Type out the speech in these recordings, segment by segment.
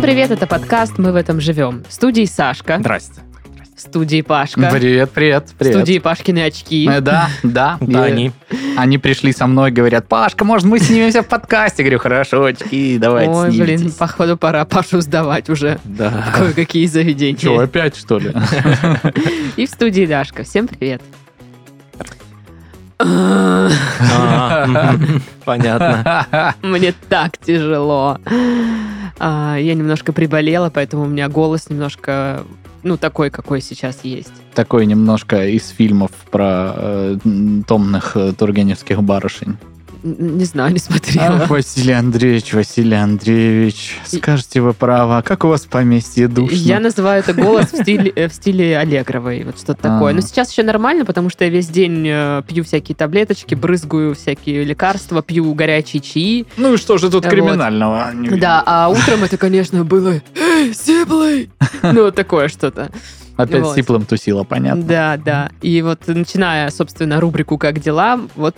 привет, это подкаст «Мы в этом живем». В студии Сашка, Здрасте. в студии Пашка, Привет, привет, в привет. студии Пашкины очки. Э, Да, да. Да, И они. Они пришли со мной, говорят, Пашка, может, мы снимемся в подкасте? Я говорю, хорошо, очки, давайте Ой, блин, снимитесь». походу пора Пашу сдавать уже в Да. кое-какие заведения. Че, опять, что ли? И в студии Дашка. Всем привет. А, мгм. Понятно. Мне так тяжело. А, Я немножко приболела, поэтому у меня голос немножко, ну, такой, какой сейчас есть. Такой немножко из фильмов про э, м, томных э, тургеневских барышень. Н- Не знаю, не смотрела. Ах, Василий Андреевич, Василий Андреевич, скажете вы право, как у вас в поместье душно? Я называю это голос в стиле, э, в стиле Аллегровой, вот что-то такое. Но А. сейчас еще нормально, потому что я весь день э, пью всякие таблеточки, брызгаю всякие лекарства, пью горячие чаи. Ну и что же тут Вот. криминального? Не вижу. Да, а утром это, конечно, было «Эй, сиплый!» Ну, вот такое что-то. Опять вот. с Сиплом тусила, понятно. Да, да. И вот начиная, собственно, рубрику «Как дела?», вот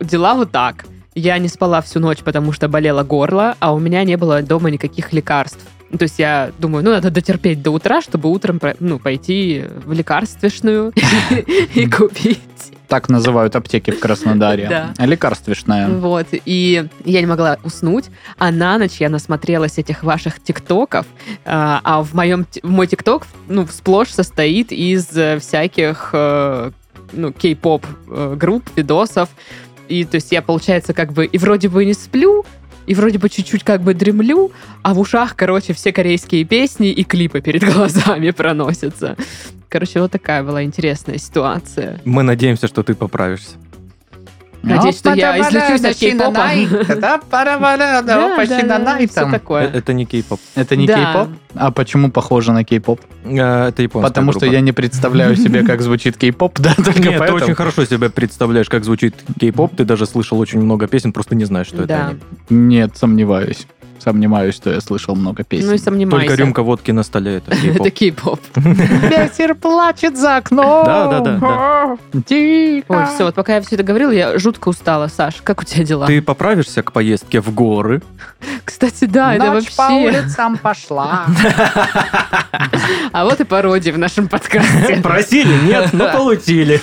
дела вот так. Я не спала всю ночь, потому что болело горло, а у меня не было дома никаких лекарств. Ну, То есть я думаю, ну, надо дотерпеть до утра, чтобы утром про- ну, пойти в лекарственную и купить. Так называют аптеки в Краснодаре. Да. Лекарственная. Вот. И я не могла уснуть, а на ночь я насмотрелась этих ваших тиктоков, а а в моем т- в мой тикток ну, сплошь состоит из э, всяких э, ну, кей-поп э, групп, видосов. И то есть я, получается, как бы и вроде бы не сплю, и вроде бы чуть-чуть как бы дремлю, а в ушах, короче, все корейские песни и клипы перед глазами проносятся. Короче, вот такая была интересная ситуация. Мы надеемся, что ты поправишься. Ну, Надеюсь, что я излечусь от кей-попа. Да, да, да, всё Это Э, такое. Это не кей-поп. не Да. кей-поп? А почему похоже на кей-поп? Э, Это японская Потому что группа. я не представляю себе, как звучит кей-поп, да, только Нет, ты поэтому. очень хорошо себя представляешь, как звучит кей-поп. Ты даже слышал очень много песен, просто не знаешь, что это Да. они. Нет, сомневаюсь. Сомневаюсь, что я слышал много песен. Ну и сомневайся. Только рюмка водки на столе — это Это кей-поп. кей-поп. Ветер плачет за окном. Да, да, да, Тихо. Ой, все, вот пока я все это говорила, я жутко устала. Саш, как у тебя дела? Ты поправишься к поездке в горы. Кстати, да, А, это Ночь по вообще... улицам пошла. А вот и пародия в нашем подкасте. Просили, нет, но получили.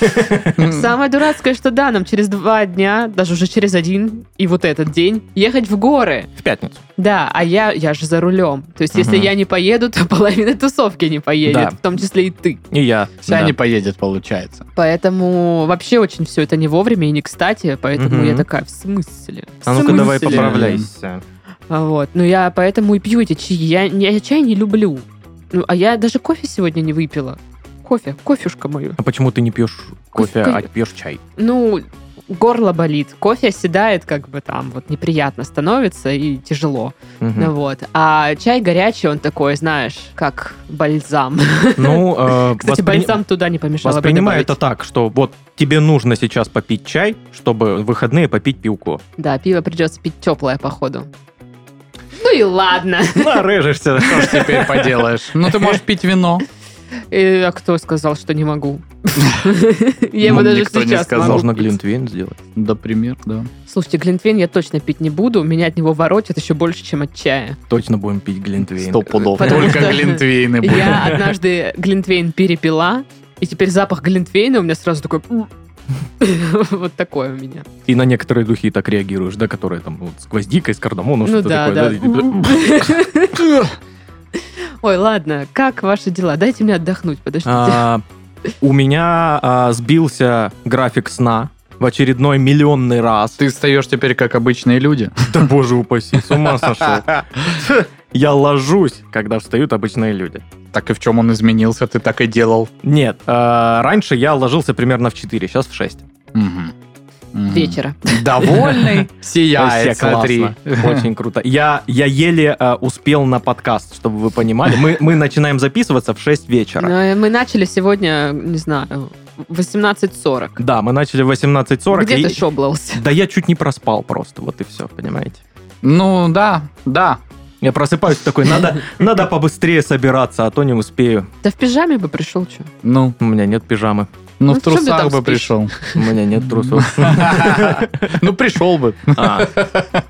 Самое дурацкое, что да, нам через два дня, даже уже через один и вот этот день, ехать в горы. В пятницу. Да, а я, я же за рулем. То есть, если Мгм. я не поеду, то половина тусовки не поедет, Да. в том числе и ты. И я. Вся Да. не поедет, получается. Поэтому вообще очень все это не вовремя и не кстати, поэтому Мгм. я такая, в смысле? В А ну-ка давай смысле?» поправляйся. А Вот. Ну, я поэтому и пью эти чаи. Я, не- я чай не люблю. Ну, а я даже кофе сегодня не выпила. Кофе, кофешка мою. А почему ты не пьешь кофе, Кофе. а пьешь чай? Ну, горло болит. Кофе оседает, как бы там вот неприятно становится и тяжело. Мгм. Ну, вот. А чай горячий, он такой, знаешь, как бальзам. Ну, э, Кстати, воспри- бальзам туда не помешало бы воспринимаю это добавить. так, что вот тебе нужно сейчас попить чай, чтобы в выходные попить пивко. Да, пиво придется пить теплое, походу. Ну и ладно. а Нарыжешься. Что ж теперь поделаешь? Ну, ты можешь пить вино. Э, а кто сказал, что не могу? Я его Ну, даже никто не сейчас сказал. могу Можно пить. глинтвейн сделать. Например, да. Слушайте, глинтвейн я точно пить не буду, меня от него воротит еще больше, чем от чая. Точно будем пить глинтвейн. Э, Сто пудов. Потому Только что глинтвейны будут. Я однажды глинтвейн перепила, и теперь запах глинтвейна у меня сразу такой... «М». Вот такое у меня. И на некоторые духи так реагируешь, да, которые там вот с гвоздикой, с кардамоном, Ну что-то да, такое. да. да, типа, и- Ой, ладно, как ваши дела? Дайте мне отдохнуть, подождите. А, У меня а, сбился график сна в очередной миллионный раз. Ты встаешь теперь как обычные люди. Да боже упаси, с ума сошел. Я ложусь, когда встают обычные люди. Так и в чем он изменился, ты так и делал. Нет, а, раньше я ложился примерно в 4, сейчас в 6. Мгм. Мгм. Вечера. Довольный. Вообще Сияет, смотри. классно. Очень круто. Я, я еле э, успел на подкаст, чтобы вы понимали. Мы, мы начинаем записываться в 6 вечера. Но Мы начали сегодня, не знаю, в 18.40. Да, мы начали в 18.40. Где и- ты шоблался? Да я чуть не проспал просто, вот и все, понимаете? Ну, да, да. Я просыпаюсь такой, надо, надо побыстрее собираться, а то не успею. Да в пижаме бы пришел, что? Ну, У меня нет пижамы. Ну, Ну, в в чём ты трусах там бы спишь? пришел. У меня нет трусов. Ну, пришел бы. А.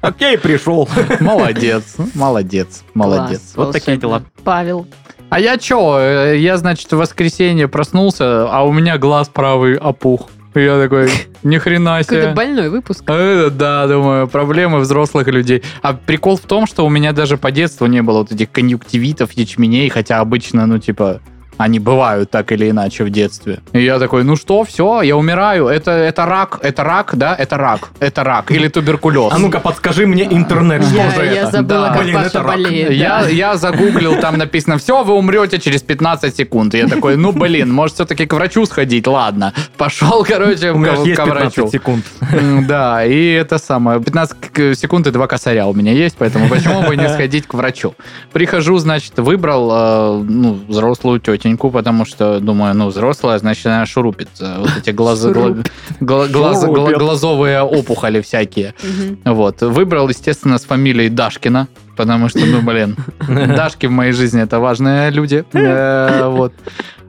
Окей, пришел. Молодец, молодец, молодец. Класс, Вот такие волшебно. дела. Павел. А я чё? э, Я, значит, в воскресенье проснулся, а у меня глаз правый опух. И я такой, ни хрена Какой-то себе. больной выпуск. Э, Да, думаю, проблемы взрослых людей. А прикол в том, что у меня даже по детству не было вот этих конъюнктивитов, ячменей, хотя обычно, ну, типа, они бывают так или иначе в детстве. И я такой, ну что, все, я умираю. Это, это рак, это рак, да, это рак, это рак. Или туберкулез. А ну, ну-ка, подскажи мне интернет, что Я, же я это? забыла, Да. как Блин, это Паша рак. болеет. Я, да. я загуглил, там написано, все, вы умрете через 15 секунд. Я такой, ну блин, может все-таки к врачу сходить, ладно. Пошел, короче, У меня к, же есть ко 15 врачу. секунд. М, Да, и это самое, 15 к- секунд и два косаря у меня есть, поэтому почему бы не сходить к врачу? Прихожу, значит, выбрал э, ну, взрослую тетеньку, потому что, думаю, ну взрослая, значит, она шурупит. э, Вот эти глаза, гла- гла- глаза- гла- Шурупит. глазовые опухоли всякие. Мгм. Вот. Выбрал, естественно, с фамилией Дашкина, потому что, ну, блин, Дашки в моей жизни это важные люди. Э, Вот.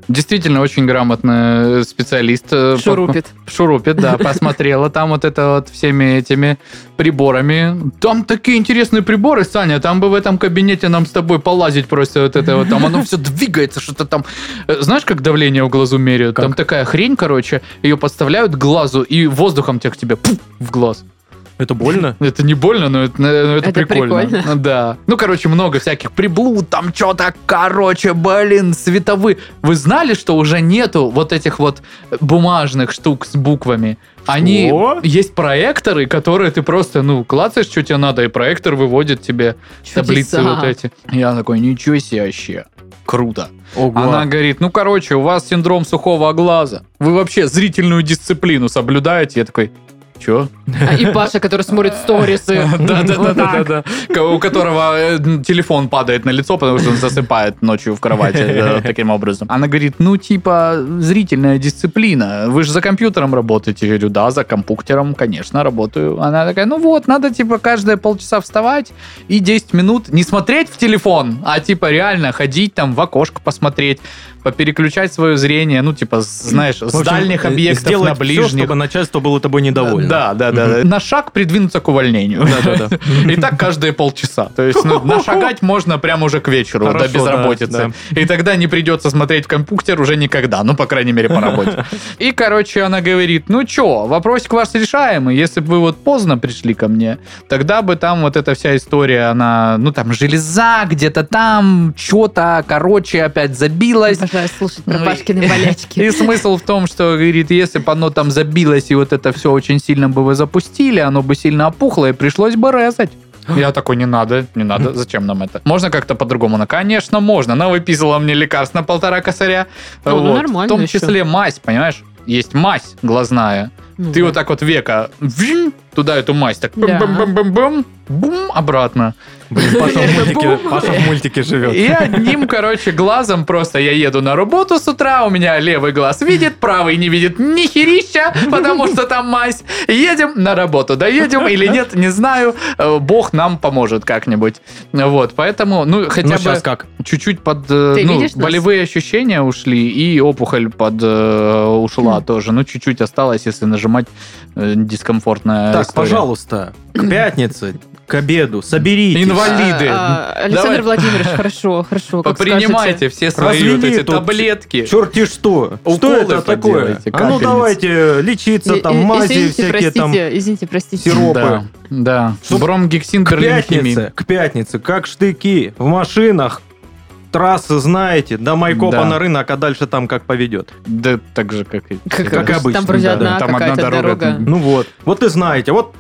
Действительно, очень грамотный специалист. э, по- Шурупит. Шурупит, да. Посмотрела там вот это вот всеми этими приборами. Там такие интересные приборы, Саня. Там бы в этом кабинете нам с тобой полазить просто вот это вот. Там оно все двигается, что-то там. Э, Знаешь, как давление в глазу меряют? Там такая хрень, короче. Ее подставляют к глазу и воздухом тебя к тебе пф, в глаз. Это больно? Это не больно, но это, но это Это прикольно. прикольно. Да. Ну, короче, много всяких приблуд, там что-то, короче, блин, световые. Вы знали, что уже нету вот этих вот бумажных штук с буквами? Они Что? есть проекторы, которые ты просто, ну, клацаешь, что тебе надо, и проектор выводит тебе таблицы Чудеса. вот эти. Я такой, ничего себе вообще. Круто. Она Ого. говорит, ну, короче, у вас синдром сухого глаза. Вы вообще зрительную дисциплину соблюдаете? Я такой, чё? А, И Паша, который смотрит сторисы. Да, да, да, Вот да, так. да, да. Ко- У которого э, н- телефон падает на лицо, потому что он засыпает ночью в кровати да, таким образом. Она говорит, ну, типа, зрительная дисциплина. Вы же за компьютером работаете. Я говорю, да, за компьютером, конечно, работаю. Она такая, ну вот, надо, типа, каждые полчаса вставать и 10 минут не смотреть в телефон, а, типа, реально ходить там в окошко посмотреть, попереключать свое зрение, ну, типа, с- знаешь, В с общем, дальних э, объектов сделать на всё, ближних. чтобы начальство было тобой недовольно. Да, да, да. да. На шаг придвинуться к увольнению. И так каждые полчаса. То есть ну, нашагать можно прямо уже к вечеру до Хорошо, безработицы. да, И тогда не придется смотреть в компьютер уже никогда. Ну, по крайней мере, по работе. И, короче, она говорит, ну чё, вопросик ваш решаемый. Если бы вы вот поздно пришли ко мне, тогда бы там вот эта вся история, она, ну, там, железа где-то там, что-то, короче, опять забилась. Обожаю слушать про Ну и- Пашкины болячки. И смысл в том, что, говорит, если бы оно там забилось, и вот это все очень сильно бы вы запустили, оно бы сильно опухло, и пришлось бы резать. Я такой, не надо, не надо, зачем нам это? Можно как-то по-другому? Ну, конечно, можно. Она выписала мне лекарств на полтора косаря. Ну, ну, Вот. нормально В том ещё. числе мазь, понимаешь? Есть мазь глазная. Ну, Ты да. вот так вот века вжинь, туда эту мазь, так Да. бум-бум-бум-бум, бум, обратно. Блин, Паша в мультике- Паша в мультике живет. И одним, короче, глазом просто я еду на работу с утра, у меня левый глаз видит, правый не видит ни херища, потому что там мазь. Едем на работу, доедем или нет, не знаю, Э, бог нам поможет как-нибудь. Вот, поэтому, ну, хотя Ну, бы сейчас как? чуть-чуть под, э, Ты ну, видишь нас? болевые ощущения ушли, и опухоль под э, ушла Хм. тоже, ну, чуть-чуть осталось, если нажимать э, дискомфортная Так, история. пожалуйста, к пятнице, к обеду, соберитесь. Инвалид. инвалиды. А, а, Александр Давай. Владимирович, хорошо, ну, хорошо. как Принимайте все свои вот Развели эти тут таблетки. Черти что! Что Уколы это такое? поделайте, А ну капельницы. давайте лечиться, скажете. И- там и- мази извините, всякие там. простите, Извините, простите. сироп. Опа. Да, да. Ну, Чтоб Бромгексин, К берлинхимин. пятнице, к пятнице, как штыки, в машинах, трассы знаете, до Майкопа Да. на рынок, а дальше там как поведет. Да, так же, как и... Как, Как обычно. обычно, Там вроде да. одна Там одна какая-то дорога, дорога. там Ну вот, вот и знаете, вот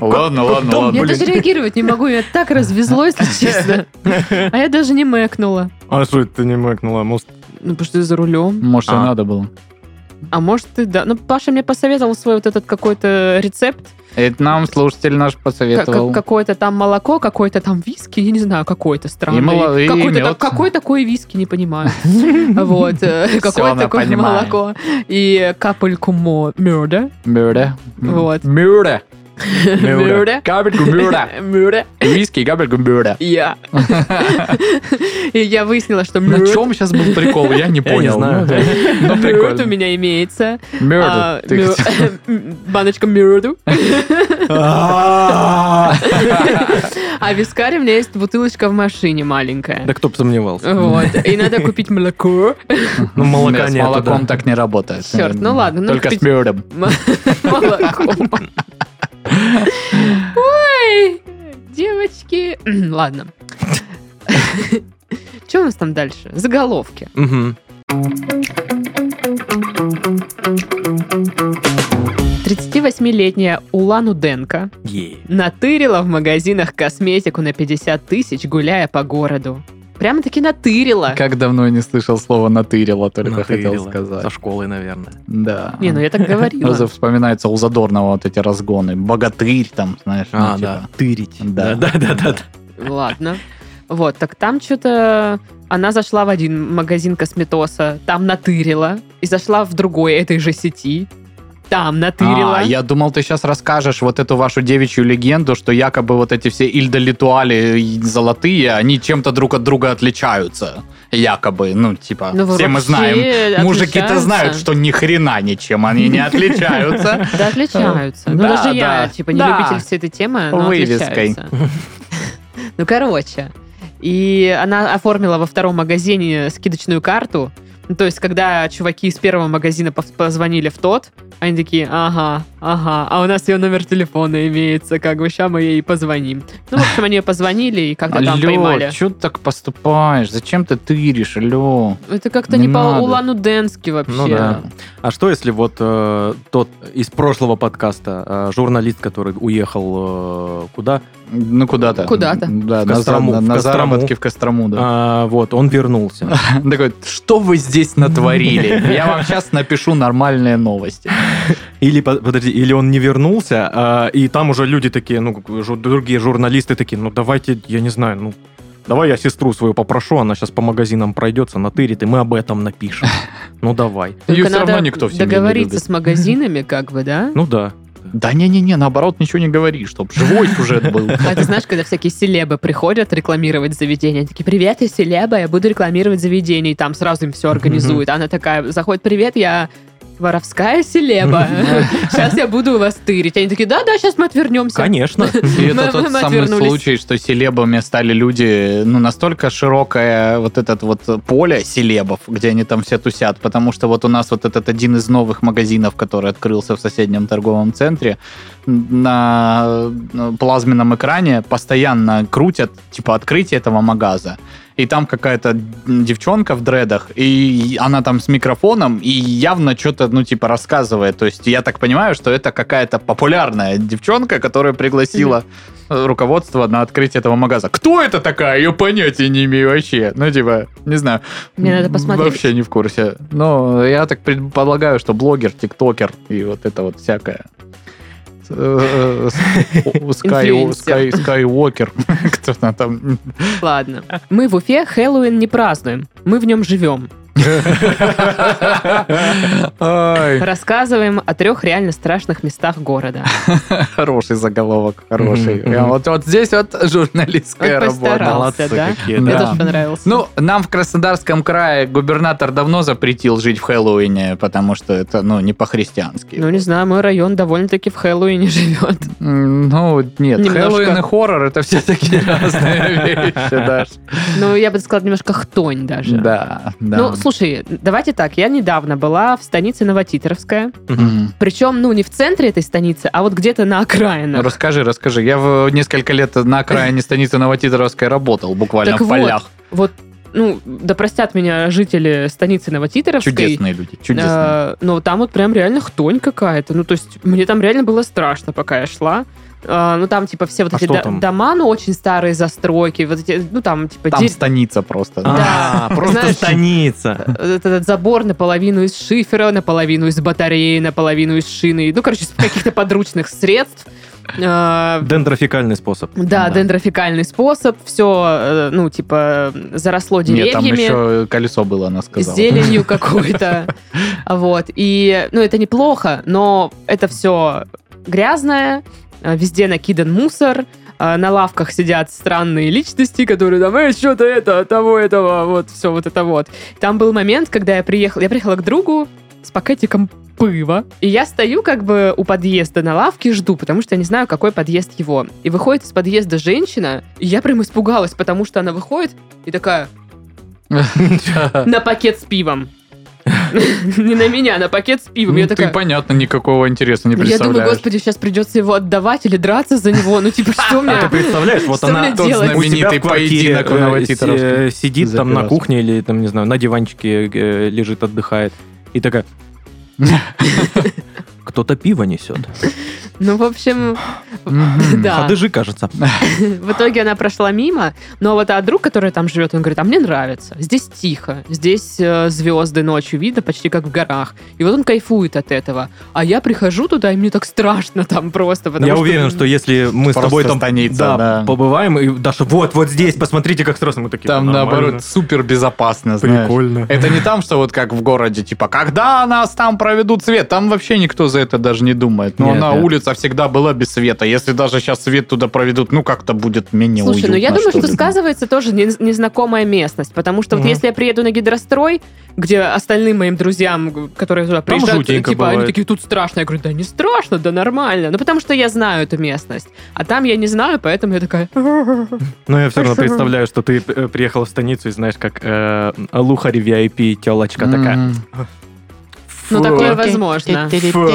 Ладно, ладно, Я ладно. даже реагировать не могу, я так развезло, если честно. А я даже не мэкнула. А что это ты не мэкнула? Может, Ну, потому что ты за рулем. Может, и А. надо было. А может, ты да. Ну, Паша мне посоветовал свой вот этот какой-то рецепт. Это нам слушатель наш Как- как- посоветовал. какое-то там молоко, какое-то там виски, я не знаю, какой-то странный. И мало- и какой, мед. какой такой виски, не понимаю. Вот. э, Какое она такое понимает. молоко. И капельку мо- меда. Мюре. Вот. Мюре. Мюре. Габель гумбюра. Мюре. Виски и габель гумбюра. Я. И я выяснила, что На мюре чем сейчас был прикол, я не Я не понял. знаю. Ну да. Ну, мюрт у прикольно. меня имеется. А, Мёртв. Ты мю- хотел- м, Баночка мюрду. Да А вискарь у меня есть бутылочка в машине маленькая. кто бы сомневался. Вот. И надо купить молоко. Ну, молока С нет. молоком так не работает. Чёрт, ну ладно, ну Только хоть- с мёртом. М- Молоко. Ой, девочки. Ладно. Что у нас там дальше? Заголовки. Мгм. 38-летняя Улан Уденко Е. натырила в магазинах косметику на 50 тысяч, гуляя по городу. Прямо-таки натырила. Как давно я не слышал слово «натырило», только хотел Натырила. Со сказать. школы, наверное. Да. Не, ну я так Сразу говорила. вспоминается у Задорного вот эти разгоны. Богатырь там, знаешь. ну, А, типа. да. Тырить. Да. Да, да, да, да. Ладно. Вот, так там что-то... Она зашла в один магазин косметоса, там натырила, и зашла в другой этой же сети, там натырила. А, я думал, ты сейчас расскажешь вот эту вашу девичью легенду, что якобы вот эти все ильдолитуали золотые, они чем-то друг от друга отличаются. Якобы, ну, типа, Ну, все мы вообще знаем. Мужики-то отличаются. знают, что ни хрена ничем они не отличаются. Да, отличаются. Ну, Да, даже я, да, типа, не да. любитель всей этой темы, но Вывеской. отличаются. Ну, короче. И она оформила во втором магазине скидочную карту. Ну, то есть, когда чуваки из первого магазина пов- позвонили в тот, они такие, ага, ага, а у нас ее номер телефона имеется, как бы, сейчас мы ей позвоним. Ну, в общем, они ее позвонили и как-то там Алло, поймали. что ты так поступаешь? Зачем ты тыришь, алло? Ну, Это как-то Не не по надо. Улану-Денски вообще. Ну да. А что если вот э, тот из прошлого подкаста, э, журналист, который уехал э, куда, Ну, куда-то. Куда-то. Да, В на, Кострому, за- на- в на Кострому. заработки в Кострому, да. А, вот, он вернулся. Такой, что вы здесь натворили? Я вам сейчас напишу нормальные новости. Или, по- подожди, или он не вернулся, а, и там уже люди такие, ну, как бы, жу- другие журналисты такие, ну, давайте, я не знаю, ну, давай я сестру свою попрошу, она сейчас по магазинам пройдется, натырит, и мы об этом напишем. Ну, давай. Только Её всё надо равно никто в семье не договориться любит. с магазинами, как бы, да? Ну, да. Да не-не-не, наоборот, ничего не говори, чтоб живой сюжет был. А ты знаешь, когда всякие селебы приходят рекламировать заведение, они такие, привет, я селеба, я буду рекламировать заведение, и там сразу им все организуют. А Она такая заходит, привет, я воровская селеба, сейчас я буду у вас тырить. Они такие, да-да, сейчас мы отвернемся. Конечно. И это Мы- тот мы самый отвернулись. случай, что селебами стали люди, ну, настолько широкое вот этот вот поле селебов, где они там все тусят, потому что вот у нас вот этот один из новых магазинов, который открылся в соседнем торговом центре, на э, плазменном экране постоянно крутят, типа, открытие этого магаза. И там какая-то девчонка в дредах, и она там с микрофоном, и явно что-то, ну, типа, рассказывает. То есть я так понимаю, что это какая-то популярная девчонка, которая пригласила э, руководство на открытие этого магаза. Кто это такая? Я понятия не имею вообще. Ну, типа, не знаю. Мне надо посмотреть. Вообще не в курсе. Но я так предполагаю, что блогер, тиктокер и вот это вот всякое. Э, э, э, Скай- Инфлюенсер. Скай- Скайуокер. Кто-то там. Ладно. Мы в Уфе Хэллоуин не празднуем, мы в нем живем. Ай, Рассказываем о трех реально страшных местах города. Хороший заголовок, хороший. Мгм, мгм. Прям Вот вот здесь вот журналистская Он работа. постарался. Молодцы да? какие, Мне Да. тоже понравился. Ну, нам в Краснодарском крае губернатор давно запретил жить в Хэллоуине, потому что это, ну, не по-христиански. Ну, не знаю, мой район довольно-таки в Хэллоуине живет. М, Ну, нет, Немножко. Хэллоуин и хоррор это все-таки разные вещи, Даш. Ну, я бы сказала, немножко хтонь даже. Да, да. Ну, слушай, давайте так. Я недавно была в станице Новотитеровская. Мгм. Причем, ну, не в центре этой станицы, а вот где-то на Ну, окраинах. расскажи, расскажи. Я в несколько лет на окраине станицы Новотидоровской работал, буквально Так в вот, полях. Вот, ну, да простят меня жители станицы Новотитеровской. Чудесные люди, чудесные. Э, Но там вот прям реально хтонь какая-то. Ну, то есть, мне там реально было страшно, пока я шла. Э, Ну, там, типа, все вот А эти что до- там? дома, ну, очень старые застройки, вот эти, ну, там, типа, Там дерь- станица просто. Да. А, Просто Знаешь- станица. э, этот, этот забор наполовину из шифера, наполовину из батареи, наполовину из шины. Ну, короче, из каких-то подручных средств. Э, Дендрофикальный способ. Да, Да. дендрофикальный способ. Все, ну, типа, заросло Нет, там деревьями, еще колесо было, она с сказала. зеленью какой-то. Вот. И, ну, это неплохо, но это все грязное, э, везде накидан мусор, э, на лавках сидят странные личности, которые там, эй, что-то это, того, этого, вот, все вот это вот. Там был момент, когда я приехала, я приехала к другу с пакетиком пыва, и я стою как бы у подъезда на лавке и жду, потому что я не знаю, какой подъезд его. И выходит из подъезда женщина, и я прям испугалась, потому что она выходит и такая, на пакет с пивом. Не на меня, на пакет с пивом. Я Ну, ты, такая, понятно, никакого интереса не я думаю, представляешь. господи, сейчас придется его отдавать или драться за него. Ну, типа, что у А ты меня? представляешь, вот Что мне она делать? у тебя в Знаменитый квартире поединок в Новотитаровске. э, э, сидит За там на пирожки. кухне или там, не знаю, на диванчике э, лежит, отдыхает. И такая... Кто-то пиво несет. Ну, в общем, Мгм. да. Хадыжи, А кажется. В итоге она прошла мимо. Но вот а друг, который там живет, он говорит, а мне нравится. Здесь тихо, здесь э, звезды ночью видно, почти как в горах. И вот он кайфует от этого. А я прихожу туда, и мне так страшно там просто. потому Я уверен, что если мы с Просто тобой там станица, да, да. побываем, и Даша, вот, вот здесь, посмотрите, как страшно. Мы такие, Там, Типа «Нормально, наоборот, супер безопасно, знаешь. Э, прикольно. Это не там, что вот как в городе, типа, когда нас там проведут свет? Там вообще никто за это даже не думает. Но Нет, на нет. улица всегда была без света. Если даже сейчас свет туда проведут, ну как-то будет менее Слушай, ну я уютно, думаю, что ли. сказывается тоже не- незнакомая местность, потому что вот Мгм. если я приеду на гидрострой, где остальным моим друзьям, которые туда приезжают, жутенько типа, они бывает. такие, тут страшно. Я говорю, да не страшно, да нормально. Ну потому что я знаю эту местность. А там я не знаю, поэтому я такая... Но я все Спасибо. равно представляю, что ты э, приехал в станицу и знаешь, как э, лухарь VIP телочка Мгм. такая. Ну Фу. такое возможно. Фу.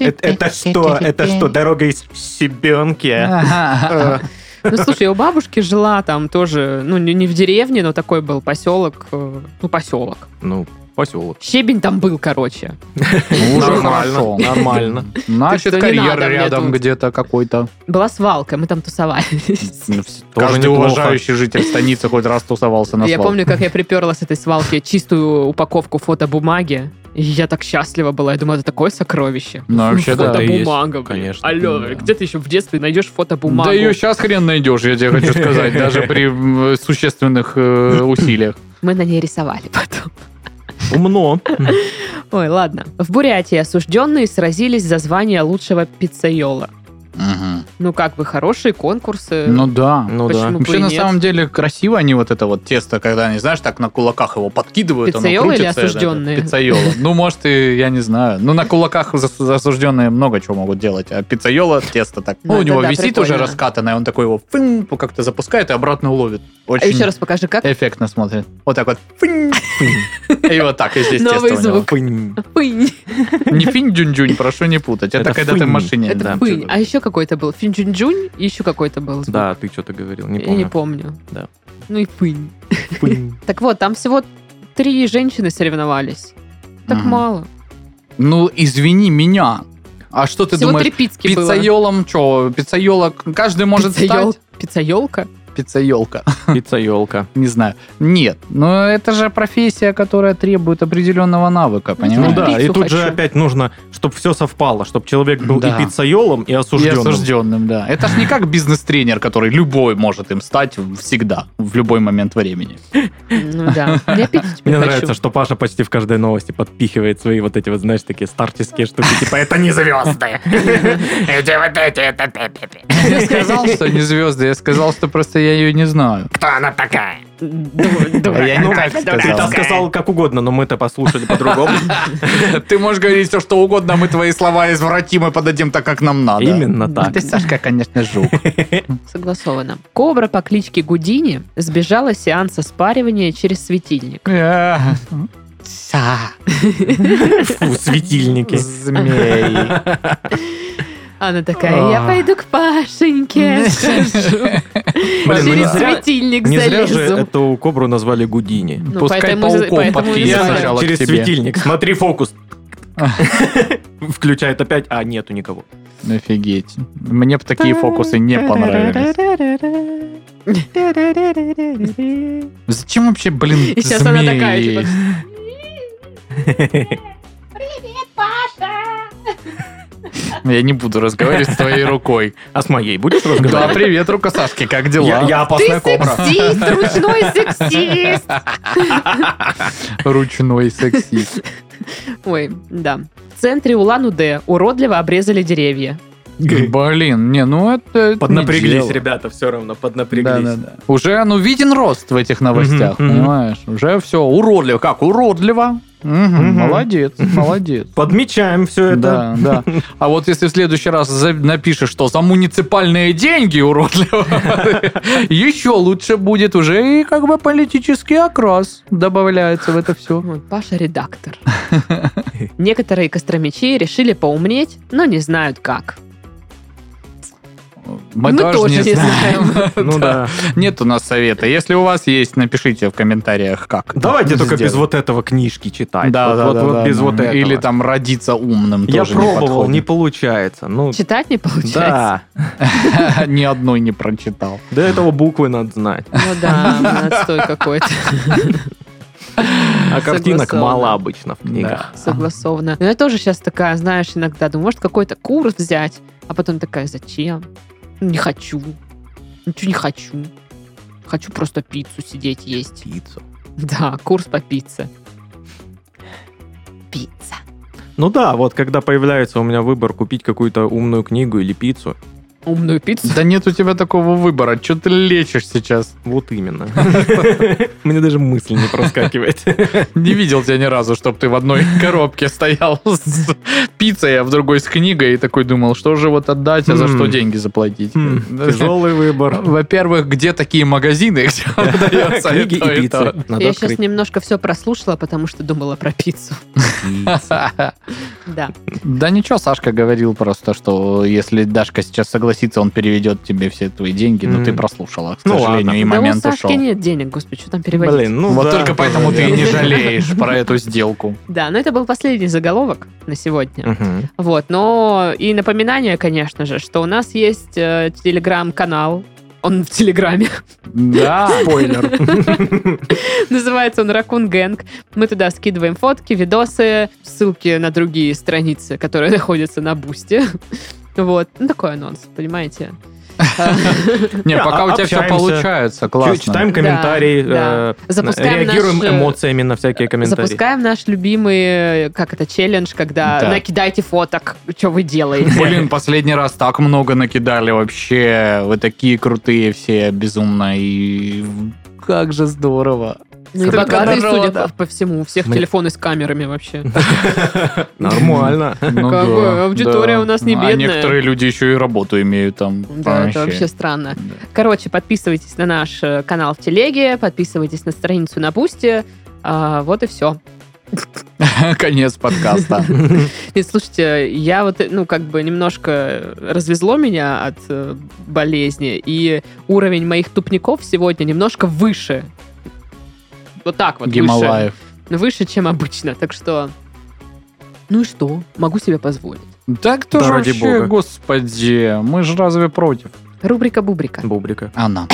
Это, Э, это что? Это что? Дорога из э, Себенки? Ага. Ну слушай, я у бабушки жила там тоже, ну не не в деревне, но такой был поселок, э, ну поселок. Ну, поселок. Щебень там был, короче. Ну, Уже Нормально, хорошо. нормально. что, Значит, не карьер надо мне рядом тут. где-то какой-то. Была свалка, мы там тусовались. Каждый неплохо. уважающий житель станицы хоть раз тусовался на Я свалке. помню, как я приперла с этой свалки чистую упаковку фотобумаги. И я так счастлива была. Я думала, это такое сокровище. Ну, вообще, да. и есть, Фотобумага, блин. конечно. Алло, а Да. где ты еще в детстве найдешь фотобумагу? Да ее сейчас хрен найдешь, я тебе хочу сказать, даже при м, существенных э, усилиях. Мы на ней рисовали потом. Умно. Ой, ладно. В Бурятии осужденные сразились за звание лучшего пиццайола. Ну, как бы хорошие конкурсы. Ну да. Ну да. Почему? бы Вообще, и на нет. самом деле, красиво они вот это вот тесто, когда они, знаешь, так на кулаках его подкидывают, оно Пиццаёлы или крутится, да, осуждённые? да, пиццаёлы. Ну, может, и я не знаю. Ну, на кулаках зас- осужденные много чего могут делать, а пиццаёла тесто так. Ну, Да, у него да, да, висит прикольно. уже раскатанное, он такой его фын, как-то запускает и обратно уловит. а Очень еще раз покажи, как эффектно смотрит. Вот так вот. Фынь. И вот так, и здесь тесто Новый у него. звук. Пынь. пынь. Не финь-дюнь-дюнь, прошу не путать. Это Это когда ты в фынь. машине. Это да. пынь. А еще какой-то был. Финчунджунь, и еще какой-то был. звук. Да, ты что-то говорил, не Я не помню. помню. Да. Ну и пынь. Пынь. Так вот, там всего три женщины соревновались. Так Мгм. мало. Ну, извини меня. А что ты Всего думаешь? три пицки было. Пиццаелом что? Пиццаелок? Каждый может Пиццаёл- стать? Пиццаёлка? Пиццаелка. Пицца елка. Не знаю. Нет. Но это же профессия, которая требует определенного навыка, понимаешь? Ну да, и Пиццу тут же хочу. опять нужно, чтобы все совпало, чтобы человек был Да. и пиццаелом, и И осужденным. осужденным, да. Это ж не как бизнес-тренер, который любой может им стать всегда, в любой момент времени. Ну да. Я пиццу теперь Мне хочу. нравится, что Паша почти в каждой новости подпихивает свои вот эти вот, знаешь, такие старческие штуки, типа это не звезды. Эти вот эти, это пи-пи-пи. Я сказал, что не звезды, я сказал, что просто я ее не знаю. Кто она такая? Ду- А дурак. я не так Ты сказал. там сказал как угодно, но мы-то послушали по-другому. Ты можешь говорить все, что угодно, а мы твои слова извратим и подадим так, как нам надо. Ну, Именно Да. так. Ты, Сашка, конечно, жук. Согласовано. Кобра по кличке Гудини сбежала с сеанса спаривания через светильник. Э, Са. Фу, светильники. Змей. Она такая, я А. пойду к Пашеньке схожу. Блин, ну не Через зря- светильник Не зря же залезу. эту кобру назвали Гудини. Ну, Пускай поэтому и за- пауком поэтому и подкинет за- сначала. к Через тебе. светильник. Смотри фокус. Включает опять, а нету никого. Офигеть. Мне бы такие фокусы не понравились. Зачем вообще, блин, И сейчас она змеи такая, типа, есть? Я не буду разговаривать с твоей рукой. А с моей будешь Да, разговаривать? привет, рука Сашки, как дела? Я, я Ты опасная кобра. сексист, ручной сексист. Ручной сексист. Ой, да. В центре Улан-Удэ уродливо обрезали деревья. Блин, не, ну это... это не Поднапряглись, дело. ребята, все равно, Да, поднапряглись. да, да. Уже, ну, виден рост в этих новостях, Мгм, мгм. понимаешь? Уже все уродливо. Как уродливо? Мгм, Мгм. Молодец, молодец. Подмечаем все это. Да, да. А вот если в следующий раз за- напишешь, что за муниципальные деньги уродливо, еще лучше будет уже и как бы политический окрас добавляется в это все. Ой, Паша редактор. Некоторые костромичи решили поумнеть, но не знают как. Мы, Ну да. Нет у нас совета. Если у вас есть, напишите в комментариях, как. Давайте только без сделать. вот этого книжки читать. Да, Вот- да, вот- да, вот да, без да. вот этого. Или там родиться умным. Я тоже пробовал, не не получается. Ну, Читать не получается. да. подходит. Ни одной не прочитал. До этого буквы надо знать. Ну да, отстой какой-то. А картинок Согласовано. мало обычно в книгах. Согласованно. Но я тоже сейчас такая, знаешь, иногда думаю, может, какой-то курс взять, а потом такая, зачем? Ну, Не хочу. Ничего не хочу. Хочу просто пиццу сидеть есть. Пиццу. Да, курс по пицце. Пицца. Ну да, вот когда появляется у меня выбор купить какую-то умную книгу или пиццу, Умную пиццу. Да нет у тебя такого выбора. Что ты лечишь сейчас? вот именно. Мне даже мысль не проскакивает. Не видел тебя ни разу, чтобы ты в одной коробке стоял с пиццей, а в другой с книгой и такой думал, что же вот отдать, а за что М. деньги заплатить. М, Тяжелый Хм, выбор. Во-первых, где такие магазины, где продается и Книги то, и и то? пицца. Надо Я сейчас открыть. немножко все прослушала, потому что думала про пиццу. Да. Да ничего, Сашка говорил просто, что если Дашка сейчас согласится, он переведет тебе все твои деньги, но М. ты прослушала, к Ну сожалению, ладно. и Да у момент ушел. Сашки нет денег, господи, что там переводить? Блин, ну вот да, только тоже поэтому ты и не верно. жалеешь про эту сделку. Да, но это был последний заголовок на сегодня. Мгм. Вот, но и напоминание, конечно же, что у нас есть э, телеграм-канал. Он в Телеграме. Да. Спойлер. Называется он Ракун Гэнг. Мы туда скидываем фотки, видосы, ссылки на другие страницы, которые находятся на Бусте. Вот. Ну, такой анонс, понимаете? Э, Не, а пока у тебя все Общаемся. получается, классно. Чё, Читаем комментарии, Да, э, да. Запускаем реагируем наш, э, эмоциями на всякие комментарии. Запускаем наш любимый, э, как это, челлендж, когда Да. накидайте фоток, что вы делаете. Блин, последний раз так много накидали вообще. Вы такие крутые все, безумно. И как же здорово. Ну и Сколько богатые, народа. судя по- по всему, у всех Мы- телефоны с камерами вообще. Нормально. Ну Как бы аудитория у нас не А бедная. некоторые люди еще и работу имеют там. Да, это вообще странно. Да. Короче, подписывайтесь на наш э, канал в Телеге, подписывайтесь на страницу на Бусте. А, вот и все. Конец подкаста. И слушайте, я вот, э, ну, как бы немножко развезло меня от э, болезни, и уровень моих тупников сегодня немножко выше. Вот так вот, выше. Гималаев. Выше, чем обычно. Так что, ну и что? Могу себе позволить. Так кто же Ради вообще, бога. господи, мы же разве против? Рубрика Бубрика. Бубрика. Она.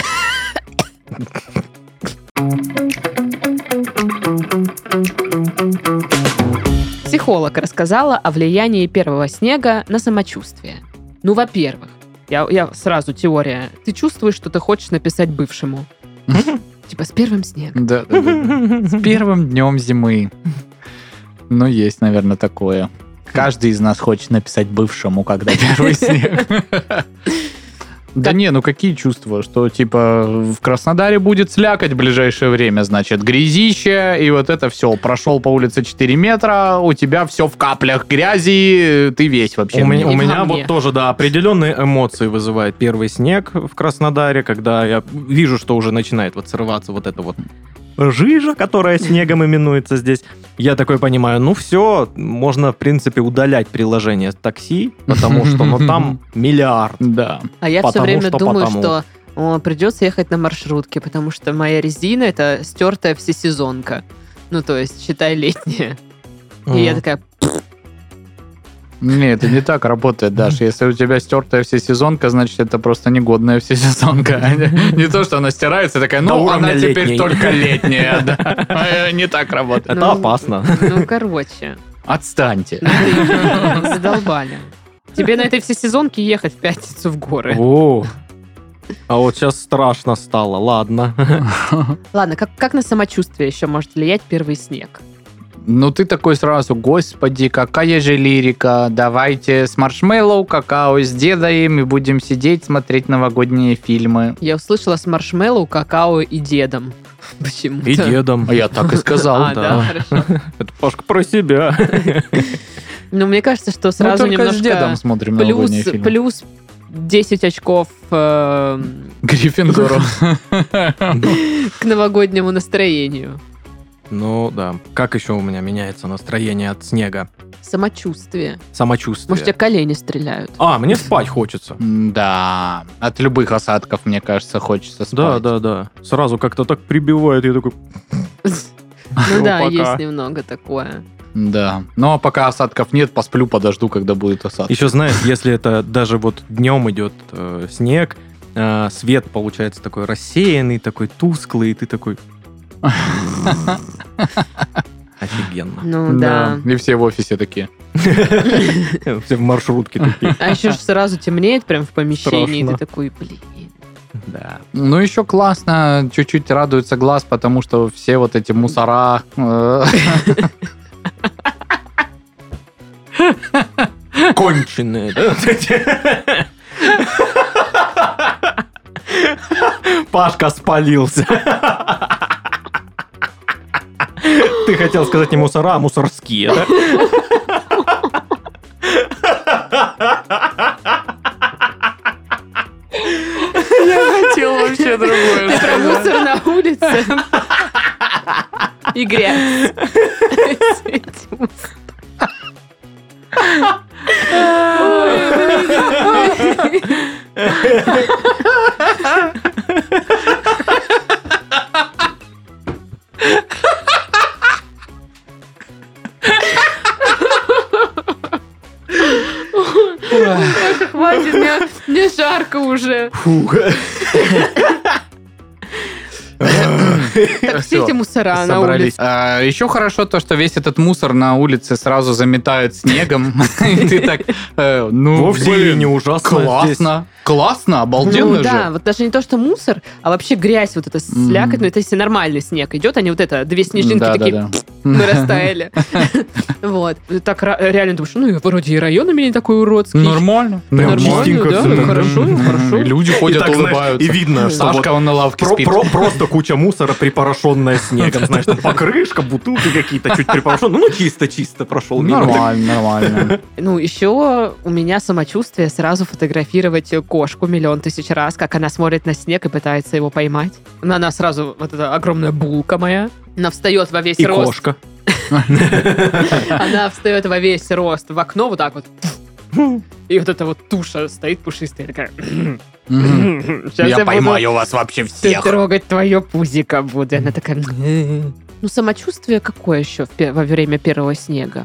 Психолог рассказала о влиянии первого снега на самочувствие. Ну, во-первых, я, я сразу теория. Ты чувствуешь, что ты хочешь написать бывшему. Типа с первым снегом. Да, да, да. С первым днем зимы. Ну, есть, наверное, такое. Каждый из нас хочет написать бывшему, когда первый снег. Да не, ну какие чувства, что типа в Краснодаре будет слякать в ближайшее время, значит, грязище, и вот это все. Прошел по улице 4 метра, у тебя все в каплях грязи, ты весь вообще. У меня, у И во меня мне. вот тоже, да, определенные эмоции вызывает первый снег в Краснодаре, когда я вижу, что уже начинает вот срываться вот это вот жижа, которая снегом именуется здесь. Я такой понимаю, ну все, можно, в принципе, удалять приложение такси, потому что ну там миллиард. Да. А я все Потому время что думаю, потому. что «О, придется ехать на маршрутке, потому что моя резина это стертая всесезонка. Ну, то есть, считай, летняя. И я такая, Не, это не так работает, Даш. Если у тебя стертая всесезонка, значит, это просто негодная всесезонка. Не то, что она стирается, такая, До ну, уровня она теперь летней». только летняя. да. Э, Не так работает. Это Ну, опасно. ну, короче, Отстаньте. ну ты задолбали. Тебе на этой всесезонке ехать в пятницу в горы. О, а вот сейчас страшно стало, ладно. Ладно, как, как на самочувствие еще может влиять первый снег? Ну, ты такой сразу, господи, какая же лирика, давайте с маршмеллоу какао сделаем и будем сидеть смотреть новогодние фильмы. Я услышала с маршмеллоу, какао и дедом. Почему? И дедом. А я так и сказал, Ну, А, да, да. хорошо. Это, Пашка, про себя. Ну, мне кажется, что сразу Мы только с дедом немножко смотрим плюс, новогодние фильмы. плюс 10 очков э, Гриффиндору. к новогоднему настроению. Ну да. Как еще у меня меняется настроение от снега? Самочувствие. Самочувствие. Может, тебе колени стреляют. А, мне спать хочется. Да, от любых осадков, мне кажется, хочется спать. Да, да, да. Сразу как-то так прибивает. Я такой, Ну да, пока. есть немного такое. Да. Ну, а пока осадков нет, посплю, подожду, когда будет осадок. Еще знаешь, если это даже вот днем идет э, снег, э, свет получается такой рассеянный, такой тусклый, и ты такой... Офигенно. Ну да. И все в офисе такие. Все в маршрутке такие. А еще ж сразу темнеет прям в помещении, и ты Страшно. такой, блин. Да. Ну, еще классно, чуть-чуть радуется глаз, потому что все вот эти мусора... э, Конченые. да? Пашка спалился. Ты хотел сказать не мусора, а мусорские, да? Хотел вообще другое. Про мусор на улице. И грязь. Ой, блин. Ой, Хватит, мне, мне жарко уже. Фух. Так все эти мусора на улице. еще А, хорошо то, что весь этот мусор на улице сразу заметают снегом. И ты так, э, ну, Вовсе и блин, не ужасно. здесь. классно. Классно, Ну обалденно да, же. вот даже не то, что мусор, а вообще грязь вот эта слякоть, но это если нормальный снег идет, а не вот это, две снежинки Да, да, такие да. мы растаяли. Вот. Так ра- реально думаешь, ну и вроде и район у меня не такой уродский. Нормально. Прям Нормально, чистенько да, ну, всё, да. хорошо, Мгм. И хорошо. Люди И ходят, так, знаешь, улыбаются. и видно, что вот Сашка, он на лавке Про- спит. про- просто куча мусора, припорошенная снегом. Знаешь, там покрышка, бутылки какие-то чуть припорошенные. Ну, чисто-чисто прошел мимо. Нормально, нормально. Ну, еще у меня самочувствие сразу фотографировать кошку миллион тысяч раз, как она смотрит на снег и пытается его поймать. Но она сразу, вот эта огромная булка моя, она встает во весь И рост. кошка. Она встает во весь рост в окно вот так вот. И вот эта вот туша стоит пушистая, такая... Мгм. «Сейчас буду вас вообще ты трогать твое пузико буду. И Она такая... «М-м-м». Ну, самочувствие какое еще в пе- во время первого снега?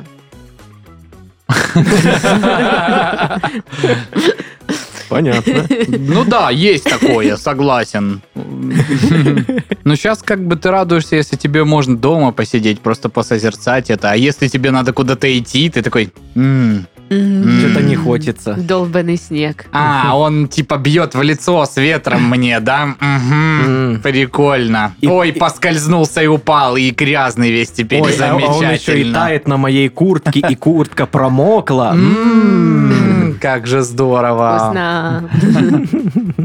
Понятно. Ну да, есть такое, согласен. Но сейчас как бы ты радуешься, если тебе можно дома посидеть, просто посозерцать это. А если тебе надо куда-то идти, ты такой... «М, Что-то не хочется. Долбанный снег. А, он типа бьет в лицо с ветром мне, да? Мгм, М. Прикольно. И- Ой, поскользнулся и упал, и грязный весь теперь. Ой, а Замечательно. он еще и тает на моей куртке, и куртка промокла. М, Как же А. здорово. Вкусно.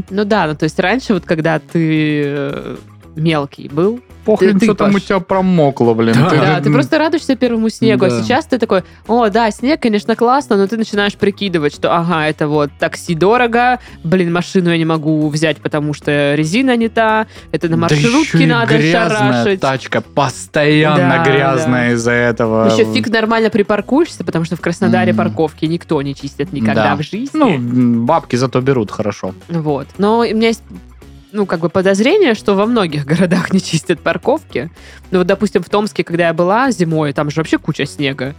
Ну да, ну то есть раньше вот когда ты э, мелкий был, Похрен, Ты- что ты, там у Паш. тебя промокло, блин. Да. же, да, ты м, просто радуешься первому снегу, Да. а сейчас ты такой, о, да, снег, конечно, классно, но ты начинаешь прикидывать, что, ага, это вот такси дорого, блин, машину я не могу взять, потому что резина не та, это на да маршрутке еще и надо грязная шарашить. тачка постоянно Да, грязная из-за этого. Еще Ну, фиг нормально припаркуешься, потому что в Краснодаре Эм. М. парковки никто не чистит никогда Да. в жизни. Ну, м, бабки зато берут хорошо. Вот. Но у меня есть ну, как бы подозрение, что во многих городах не чистят парковки. Ну, вот, допустим, в Томске, когда я была зимой, там же вообще куча снега.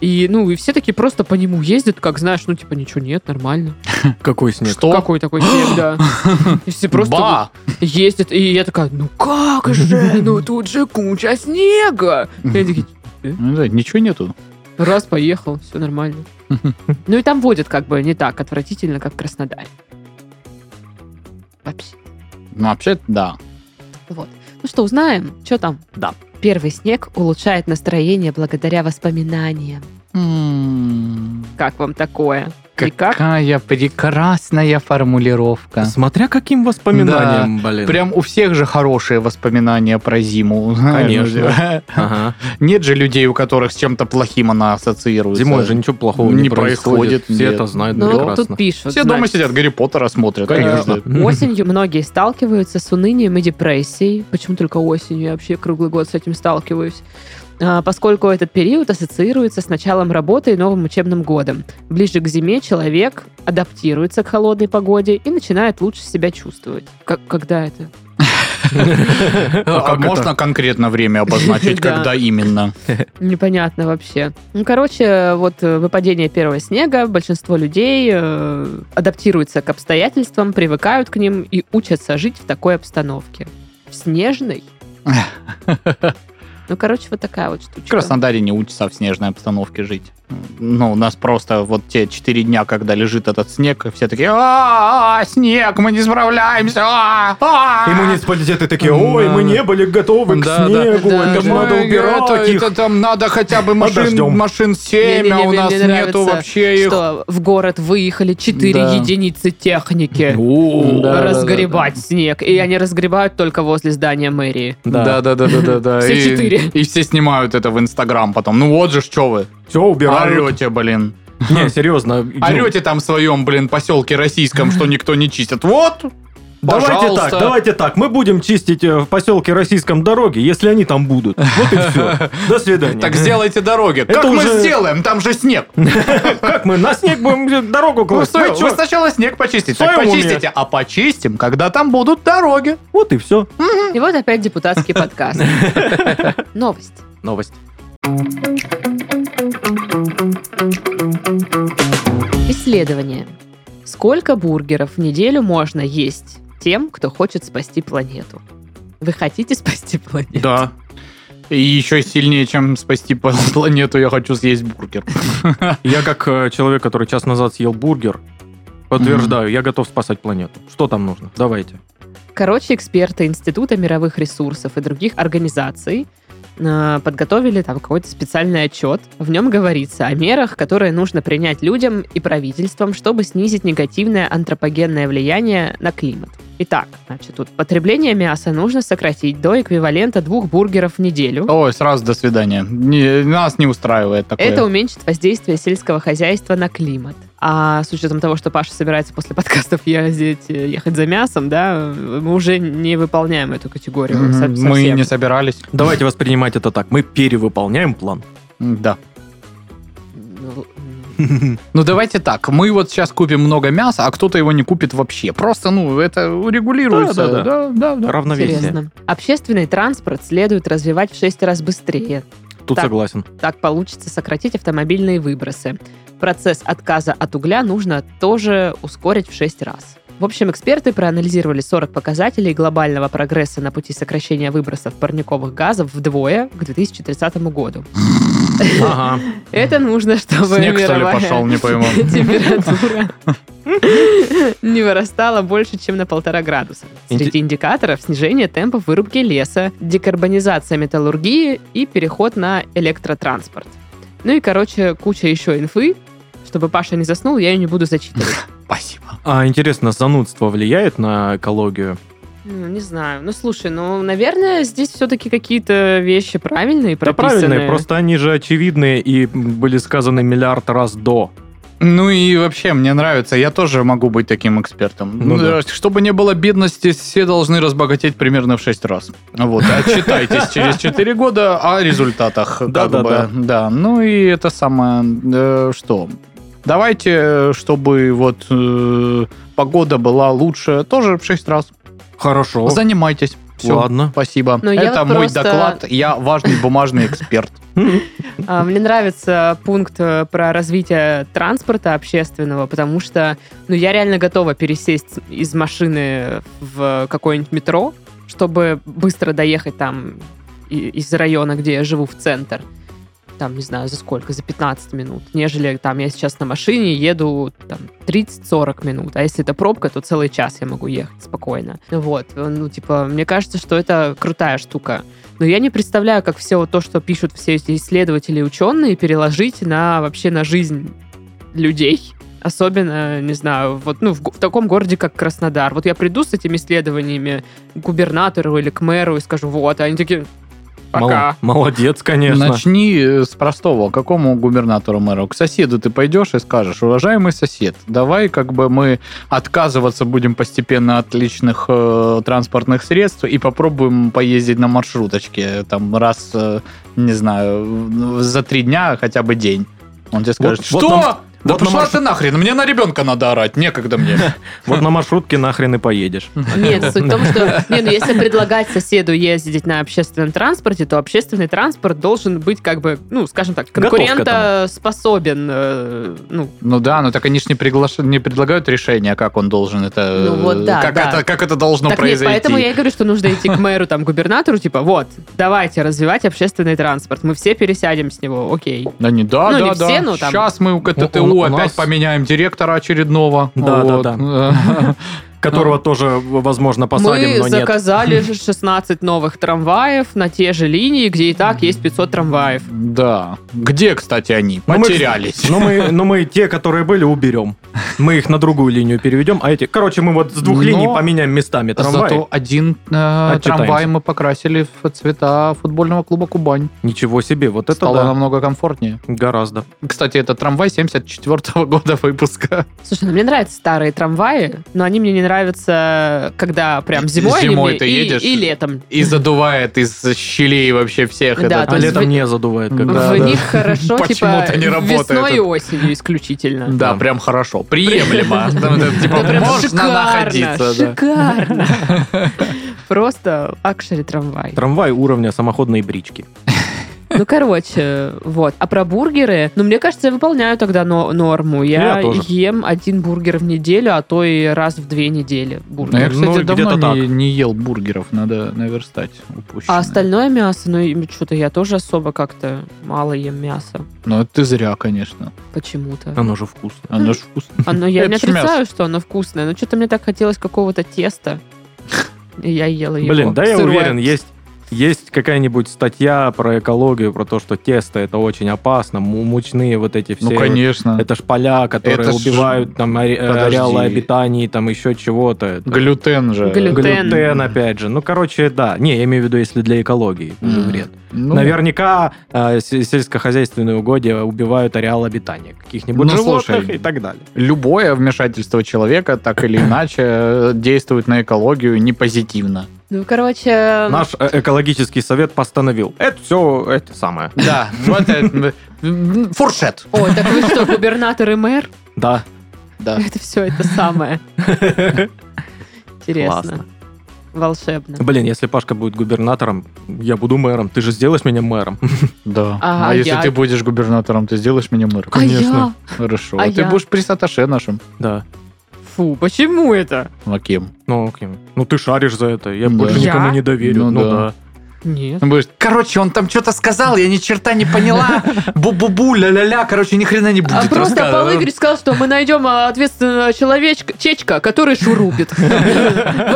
И, ну, и все такие просто по нему ездят, как, знаешь, ну, типа, ничего нет, нормально. Какой снег? Что? Какой такой снег, да. И все просто Ба! вот ездят, и я такая, ну как же, ну тут же куча снега. И они такие, Ну да, Ничего нету. раз, поехал, все нормально. Ну, и там водят как бы не так отвратительно, как в Краснодаре. Вообще. Ну, вообще, да. Вот. Ну что, узнаем, что там? Да. Первый снег улучшает настроение благодаря воспоминаниям. М, Как вам такое? И как? Какая прекрасная формулировка. Смотря каким воспоминанием, блин. Прям у всех же хорошие воспоминания про зиму. Конечно. А. Ага. Нет же людей, у которых с чем-то плохим она ассоциируется. Зимой же ничего плохого не, Не происходит, Все нет. это знают Ну, прекрасно. тут пишут. Все дома значит. сидят, Гарри Поттера смотрят. Конечно. Э, Осенью многие сталкиваются с унынием и депрессией. Почему только осенью? Я вообще круглый год с этим сталкиваюсь. А, Поскольку этот период ассоциируется с началом работы и новым учебным годом. Ближе к зиме человек адаптируется к холодной погоде и начинает лучше себя чувствовать. Как, когда это? А как можно конкретно время обозначить, Да. когда именно? Непонятно вообще. Ну, короче, вот э, выпадение первого снега, большинство людей э, адаптируются к обстоятельствам, привыкают к ним и учатся жить в такой обстановке. В снежной? Ну, короче, вот такая вот штучка. В Краснодаре не учатся в снежной обстановке жить. Ну, у нас просто вот те четыре дня, когда лежит этот снег, и все такие, а снег, мы не справляемся, И а муниципалитеты такие, ой, Да, мы да. не были готовы к Да, снегу, да. это Да, надо убирать их. там надо хотя бы Подождем. машин, машин 7, а Не-не-не, у мне нас не нравится, нету вообще их. Что, в город выехали 4 Да. единицы техники У, Да, да, да, разгребать снег. И они разгребают только возле здания мэрии. Да, Да, да, да, да, да, да. Все И- четыре. И все снимают это в Инстаграм потом. Ну вот же, что вы, все убирают. орете, блин. Не, серьезно. Орете там в своем, блин, поселке российском, что никто не чистит. Вот! Давайте Пожалуйста. так, давайте так. Мы будем чистить э, в поселке российском дороги, если они там будут. Вот и все. До свидания. Так сделайте дороги. Как мы уже- сделаем? Там же снег. Как мы на снег будем дорогу Вы, класть? Ну, Вы чё? сначала снег почистите. В своем Так уме. почистите, а почистим, когда там будут дороги. Вот и все. И вот опять депутатский подкаст. Новость. Новость. Исследование. Сколько бургеров в неделю можно есть тем, кто хочет спасти планету? Вы хотите спасти планету? Да. И еще сильнее, чем спасти пл- планету, я хочу съесть бургер. Я как э, человек, который час назад съел бургер, подтверждаю, я готов спасать планету. Что там нужно? Давайте. Короче, эксперты Института мировых ресурсов и других организаций э, подготовили там какой-то специальный отчет. В нем говорится о мерах, которые нужно принять людям и правительствам, чтобы снизить негативное антропогенное влияние на климат. Итак, значит, тут потребление мяса нужно сократить до эквивалента двух бургеров в неделю. Ой, сразу до свидания. Не- нас не устраивает такое. Это уменьшит воздействие сельского хозяйства на климат. А с учетом того, что Паша собирается после подкастов ездить, э, ехать за мясом, да, мы уже не выполняем эту категорию Мгм. со- Мы совсем. не собирались. Давайте воспринимать это так. Мы перевыполняем план. М, Да. Ну, Ну давайте так, мы вот сейчас купим много мяса, а кто-то его не купит вообще. Просто, ну, это урегулируется. Да, да, да, да, да. Равновесие. Интересно. Общественный транспорт следует развивать в 6 раз быстрее. Тут Так. согласен. Так получится сократить автомобильные выбросы. Процесс отказа от угля нужно тоже ускорить в 6 раз. В общем, эксперты проанализировали 40 показателей глобального прогресса на пути сокращения выбросов парниковых газов вдвое к 2030 году. Ага. Это нужно, чтобы Снег, что ли, мировая пошел, не пойму. температура не вырастала больше, чем на полтора градуса. Среди индикаторов снижение темпов вырубки леса, декарбонизация металлургии и переход на электротранспорт. Ну и, короче, куча еще инфы. Чтобы Паша не заснул, я ее не буду зачитывать. Спасибо. А интересно, занудство влияет на экологию? Ну, не знаю. Ну, слушай, ну, наверное, здесь все-таки какие-то вещи правильные Да прописаны. правильно, просто они же очевидные и м, были сказаны миллиард раз до. Ну и вообще, мне нравится, я тоже могу быть таким экспертом. Ну Ну, да. Чтобы не было бедности, все должны разбогатеть примерно в 6 раз. Вот, отчитайтесь через 4 года о результатах. как Да-да-да. бы. Да, ну и это самое, э, что... Давайте, чтобы вот э, погода была лучше, тоже в 6 раз. Хорошо. Занимайтесь. Все. Ладно. Спасибо. Но я это вот мой просто- доклад. Я важный бумажный эксперт. А, Мне нравится пункт э, про развитие транспорта общественного, потому что ну, я реально готова пересесть из машины в какое-нибудь метро, чтобы быстро доехать там и- из района, где я живу, в центр. там, не знаю, за сколько, за 15 минут, нежели там я сейчас на машине еду там 30-40 минут, а если это пробка, то целый час я могу ехать спокойно. Вот, ну, типа, мне кажется, что это крутая штука. Но я не представляю, как все то, что пишут все эти исследователи и ученые, переложить на вообще на жизнь людей. Особенно, не знаю, вот ну, в, го- в таком городе, как Краснодар. Вот я приду с этими исследованиями к губернатору или к мэру и скажу, вот, а они такие, пока. Мол- Молодец, конечно. Начни э, с простого. К какому губернатору мэру? К соседу ты пойдешь и скажешь, уважаемый сосед, давай как бы мы отказываться будем постепенно от личных э, транспортных средств и попробуем поездить на маршруточке там раз, э, не знаю, в- за три дня хотя бы день. Он тебе скажет, вот что? нам- да вот нам пошла марш- ты нахрен, мне на ребенка надо орать, некогда мне. Вот на маршрутке нахрен и поедешь. Нет, суть в том, что не, ну, если предлагать соседу ездить на общественном транспорте, то общественный транспорт должен быть как бы, ну, скажем так, Готов к этому. конкурентоспособен. э, ну, Ну да, но так они же не, приглаш... не предлагают решение, как он должен это... Ну вот да, как, да. Это, как это должно так нет, Ну, произойти. поэтому я и говорю, что нужно идти к мэру, там, губернатору, типа, вот, давайте развивать общественный транспорт, мы все пересядем с него, окей. Да не, да, Ну, да, не да. все, но там- Сейчас мы у КТТУ У- у опять нас- поменяем директора очередного. Да, да, Вот. Которого А. тоже, возможно, посадим, мы но нет. заказали 16 новых трамваев на те же линии, где и так есть 500 трамваев. Да. Где, кстати, они? Но Ну, мы- Потерялись. Но мы, но мы те, которые были, уберем. Мы их на другую линию переведем, а эти... Короче, мы вот с двух Но- линий поменяем местами трамвай. Зато один э, трамвай мы покрасили в цвета футбольного клуба Кубань. Ничего себе, вот это Стало да. намного комфортнее. Гораздо. Кстати, это трамвай 74 года выпуска. Слушай, ну мне нравятся старые трамваи, но они мне не нравятся, когда прям зимой, они Зимой мне ты и- едешь? и летом. И задувает из щелей вообще всех. Да, этот- то А есть летом вы- не задувает. как Да, в раз. них хорошо, типа, Почему-то не работает весной и это. осенью исключительно. Да, прям хорошо. Приемлемо. Там это, Типа, Ну, прям можно находиться. да. шикарно. Просто лакшери трамвай. Трамвай уровня самоходной брички. Ну, короче, вот. А про бургеры, ну, мне кажется, я выполняю тогда но- норму. Я, Я тоже. ем один бургер в неделю, а то и раз в две недели бургер. Ну, я, кстати, Ну, давно где-то не, не ел бургеров, надо наверстать упущенное. А остальное мясо, ну, что-то я тоже особо как-то мало ем мясо. Ну, это ты зря, конечно. Почему-то. Оно же вкусно. Оно ж вкусно. Оно, я Это не ж мясо. отрицаю, что оно вкусное, но что-то мне так хотелось какого-то теста. И я ела его. Блин, да я Сырое. уверен, есть, есть какая-нибудь статья про экологию, про то, что тесто это очень опасно, му- мучные вот эти все. Ну, конечно. Это ж поля, которые Это ж- убивают там аре- э, Подожди. ареалы обитаний, там еще чего-то. Это- Глютен же. Глю- Глютен. Глютен, опять же. Ну, короче, да. Не, я имею в виду, если для экологии это же М. вред. Ну, Наверняка э, се- сельскохозяйственные угодья убивают ареал обитания каких-нибудь Ну, животных слушай, и так далее. Любое вмешательство человека так или иначе э, действует на экологию не позитивно. Ну, короче, Наш э, экологический совет постановил. Это все это самое. Да, вот это... м, Фуршет. о, так вы что, губернатор и мэр? Да. Да. Это все это самое. Интересно. Классно. Волшебно. Блин, если Пашка будет губернатором, я буду мэром. Ты же сделаешь меня мэром. Да. А А если я- ты будешь губернатором, ты сделаешь меня мэром? А я? Хорошо. А А ты я? будешь пресс-атташе нашим. Да. Фу, почему это? Маким. Ну, окей. ну ты шаришь за это. Я Да. больше Я? никому не доверю. Ну Ну да. да. Нет. Он будет, короче, он там что-то сказал, я ни черта не поняла. Бу-бу-бу, ля-ля-ля, короче, ни хрена не А будет просто Павел рассказывать. Игорь сказал, что мы найдем а, ответственного человечка, чечка, который шурупит в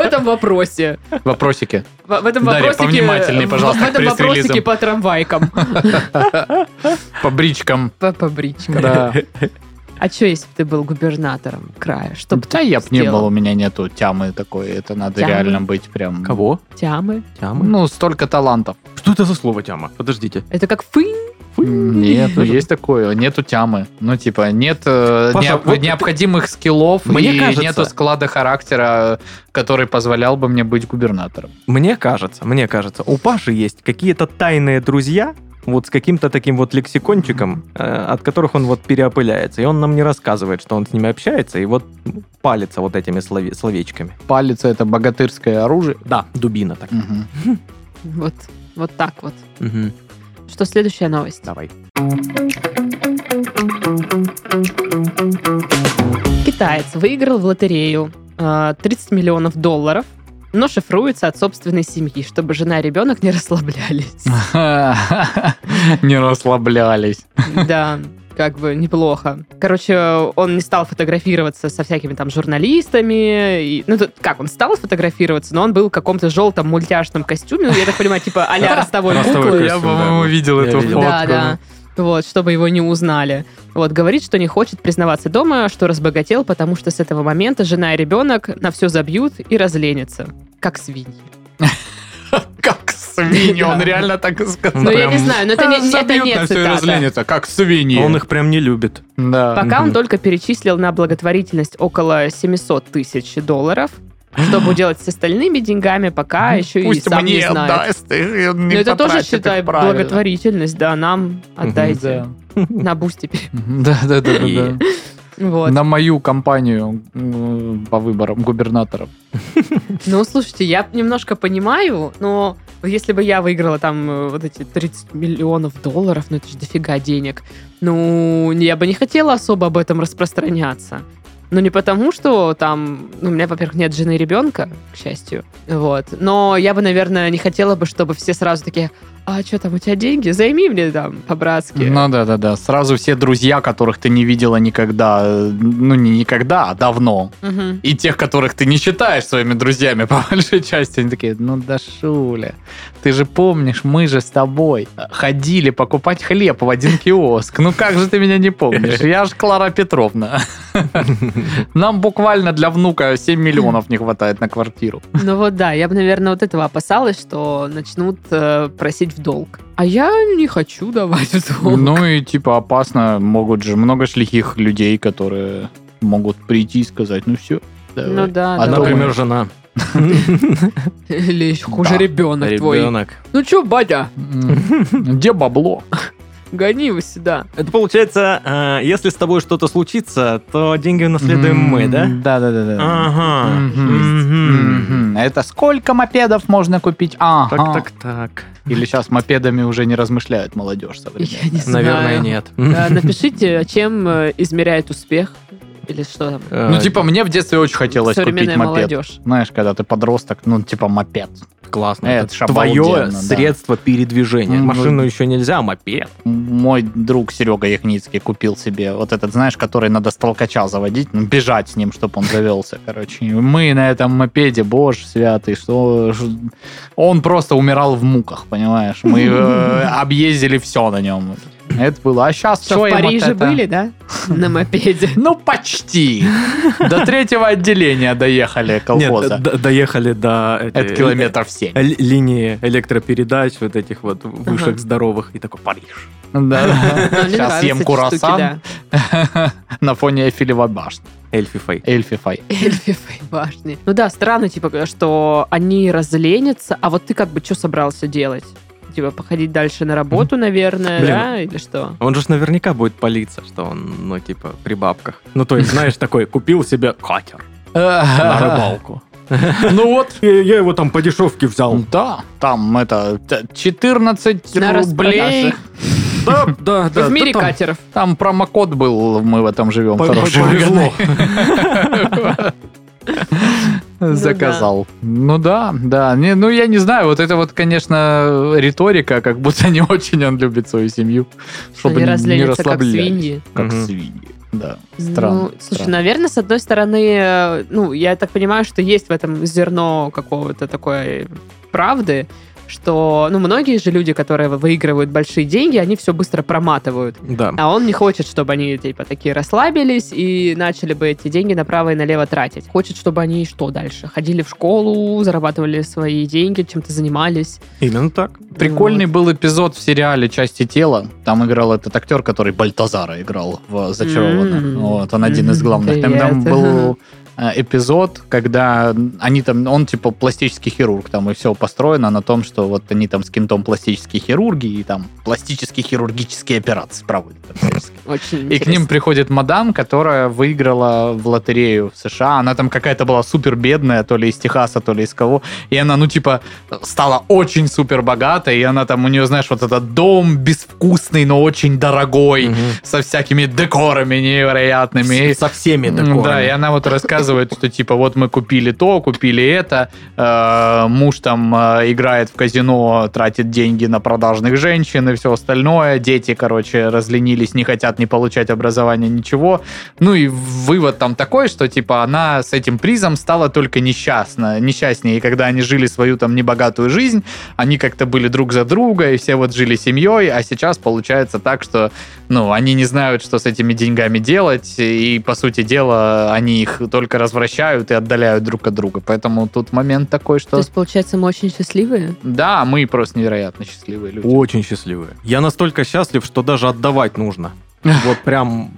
этом вопросе. Вопросики. В в этом Дарья, вопросике... повнимательней, пожалуйста, В этом к вопросике пресс-релизам. по трамвайкам. По бричкам. По по бричкам. Да. А что, если бы ты был губернатором края? Что бы Да ты я б не сделал? был, у меня нету тямы такой. Это надо Тямы? реально быть прям... Кого? Тямы? Тяма? Ну, столько талантов. Что это за слово тяма? Подождите. Это как фынь? Нет, ну есть такое, нету тямы. Ну, типа, нет э, Паша, необ- вот необходимых скиллов Мне и кажется- нету склада характера, который позволял бы мне быть губернатором. Мне кажется, мне кажется, у Паши есть какие-то тайные друзья, вот с каким-то таким вот лексикончиком, э, от которых он вот переопыляется. И он нам не рассказывает, что он с ними общается, и вот ну, палится вот этими слове- словечками. Палец — это богатырское оружие. Да, дубина так. Мгм. Вот, вот так вот. Мгм. Что, следующая новость? Давай. Китаец выиграл в лотерею э, 30 а, миллионов долларов но шифруется от собственной семьи, чтобы жена и ребенок не расслаблялись. Не расслаблялись. Да, как бы неплохо. Короче, он не стал фотографироваться со всякими там журналистами. и- ну, тут как, он стал фотографироваться, но он был в каком-то желтом мультяшном костюме. Ну, я так понимаю, типа а-ля ростовой Ростовой куклы. костюм, да, вот. видел Я видел. Да, да. Вот, чтобы его не узнали. Вот, говорит, что не хочет признаваться дома, что разбогател, потому что с этого момента жена и ребенок на все забьют и разленятся. Как свиньи. Как свиньи, он Да. реально так и сказал. Ну, я прям не знаю, но это не, это Забьют не на всё и цитата. разленятся, как свиньи. Он их прям не любит. Да. Пока он Мгм. только перечислил на благотворительность около 700 тысяч долларов. Что будет делать с остальными деньгами, пока еще и Ну, Пусть сам не мне знает. отдаст, и он Но не это тоже, потратит их считай, правильно. благотворительность, да, нам отдайте. Да. На бусте. Да, да, да, да, да. Вот. На мою компанию м, по выборам губернаторов. Ну, слушайте, я немножко понимаю, но если бы я выиграла там э, вот эти 30 миллионов долларов, ну это же дофига денег, ну, я бы не хотела особо об этом распространяться. Ну, не потому, что там... ну, у меня, во-первых, нет жены и ребенка, к счастью. Вот. Но я бы, наверное, не хотела бы, чтобы все сразу такие, а что там, у тебя деньги? Займи мне там по-братски. Ну да, да, да. Сразу все друзья, которых ты не видела никогда, э, ну не никогда, а давно. Мгм. И тех, которых ты не считаешь своими друзьями, по большей части, они такие, ну да шуля, ты же помнишь, мы же с тобой ходили покупать хлеб в один киоск. Ну как же ты меня не помнишь? Я же Клара Петровна. Нам буквально для внука 7 миллионов не хватает на квартиру. Ну вот да, я бы, наверное, вот этого опасалась, что начнут э, просить в долг. А я не хочу давать в долг. Ну и типа опасно, могут же много ж лихих людей, которые могут прийти и сказать, ну все. Ну да, А, да. Например, жена. Или еще хуже Да, ребенок, твой. Ребенок. Ну чё, батя, Где бабло? гони его сюда. Это получается, э, если с тобой что-то случится, то деньги наследуем М, А мы, да? А. Да, да, да, да. Ага. М-м-м. Мгм. Мгм. Мгм. А Это сколько мопедов можно купить? А, Так, так, так. Или сейчас мопедами уже не размышляют молодежь Я современная. не знаю. Наверное, нет. Да, Напишите, чем э, измеряет успех. Или что там. Э, Ну, типа, мне в детстве очень хотелось купить Современная мопед. молодежь. Знаешь, когда ты подросток, ну, типа мопед. классно. это Это ж твое обалденно, да. средство передвижения. М, Машину ну, еще нельзя, а мопед. Мой друг Серега Яхницкий купил себе вот этот, знаешь, который надо с толкача заводить, ну, бежать с ним, чтобы он завелся, короче. И Мы на этом мопеде, боже святый, что... ж- Он просто умирал в муках, понимаешь? Мы э, объездили все на нем. Это было. А сейчас Что, в Париже были, да? На мопеде. Ну, почти. До третьего отделения доехали колхоза. Нет, д- доехали до... этой- Это километров 7. э, ли- линии электропередач, вот этих вот вышек здоровых, и такой Париж. Но мне Сейчас нравятся эти съем штуки, курасан да. на фоне Эйфелева башни. Эльфифей. Эльфифай. Эльфивой башни. Ну да, странно, типа, что они разленятся, а вот ты как бы что собрался делать? Типа, походить дальше на работу, наверное, Блин. да? Или что? Он же ж наверняка будет палиться, что он, ну, типа, при бабках. Ну, то есть, знаешь, такой, купил себе катер на рыбалку. Ну вот. Я я его там по дешевке взял. Да, там это т- 14 На рублей. распродаже. Да, да, да. в мире да там катеров. Там промокод был, мы в этом живем. по- хороший. по- Повезло. Ну Заказал. Ну да, да. Не, ну я не знаю, вот это вот, конечно, риторика, как будто не очень он любит свою семью. Чтобы они не разленятся, как расслаблялись. свиньи. Как Мгм. свиньи, да. Странно. Ну, слушай, странно. наверное, с одной стороны, э, ну, я так понимаю, что есть в этом зерно какого-то такой правды, что, ну, многие же люди, которые выигрывают большие деньги, они все быстро проматывают. Да. А он не хочет, чтобы они, типа, такие расслабились и начали бы эти деньги направо и налево тратить. Хочет, чтобы они что дальше? Ходили в школу, зарабатывали свои деньги, чем-то занимались. Именно так. Прикольный был эпизод в сериале «Части тела». Там играл этот актер, который Бальтазара играл в «Зачарованных». М. Вот, он один из Мгм, главных. Там, там привет. был э, эпизод, когда они там, он типа пластический хирург, там и все построено на том, что вот они там с кем-то пластические хирурги и там пластические хирургические операции проводят. так сказать. Очень И к ним интересно. приходит мадам, которая выиграла в лотерею в США. Она там какая-то была супер бедная, то ли из Техаса, то ли из кого. И она, ну, типа, стала очень супер богатой. И она там, у нее, знаешь, вот этот дом безвкусный, но очень дорогой, Мгм. со всякими декорами невероятными. И- Со всеми М, такое. Да, и она вот рассказывает, что типа вот мы купили то, купили это, э, муж там э, играет в казино, тратит деньги на продажных женщин и все остальное, дети, короче, разленились, не хотят не получать образование, ничего. Ну и вывод там такой, что типа она с этим призом стала только несчастна, несчастнее, и когда они жили свою там небогатую жизнь, они как-то были друг за друга, и все вот жили семьей, а сейчас получается так, что ну, они не знают, что с этими деньгами делать, и, по сути дела, они их только развращают и отдаляют друг от друга. Поэтому тут момент такой, То что... есть, получается, мы очень счастливые? Да, мы просто невероятно счастливые люди. Очень счастливые. Я настолько счастлив, что даже отдавать нужно. Вот прям,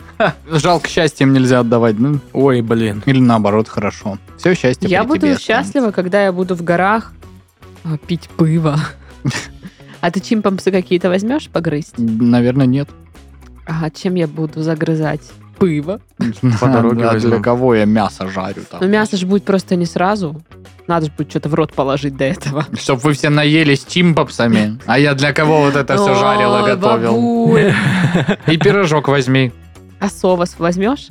Жалко, счастьем нельзя отдавать. Ну, ой, блин. или наоборот, хорошо. Все счастье я при буду тебе останется. счастлива, когда я буду в горах а, пить пиво. А ты чимпансы какие-то возьмешь погрызть? Наверное, нет. А чем я буду загрызать? Пиво. По дороге А для возьмем. кого я мясо жарю там? Ну, мясо же будет просто не сразу. Надо же будет что-то в рот положить до этого. Чтоб вы все наелись чимпопсами, а я для кого вот это все жарила, Ой, готовил. бабуль. И пирожок возьми. А совос возьмешь?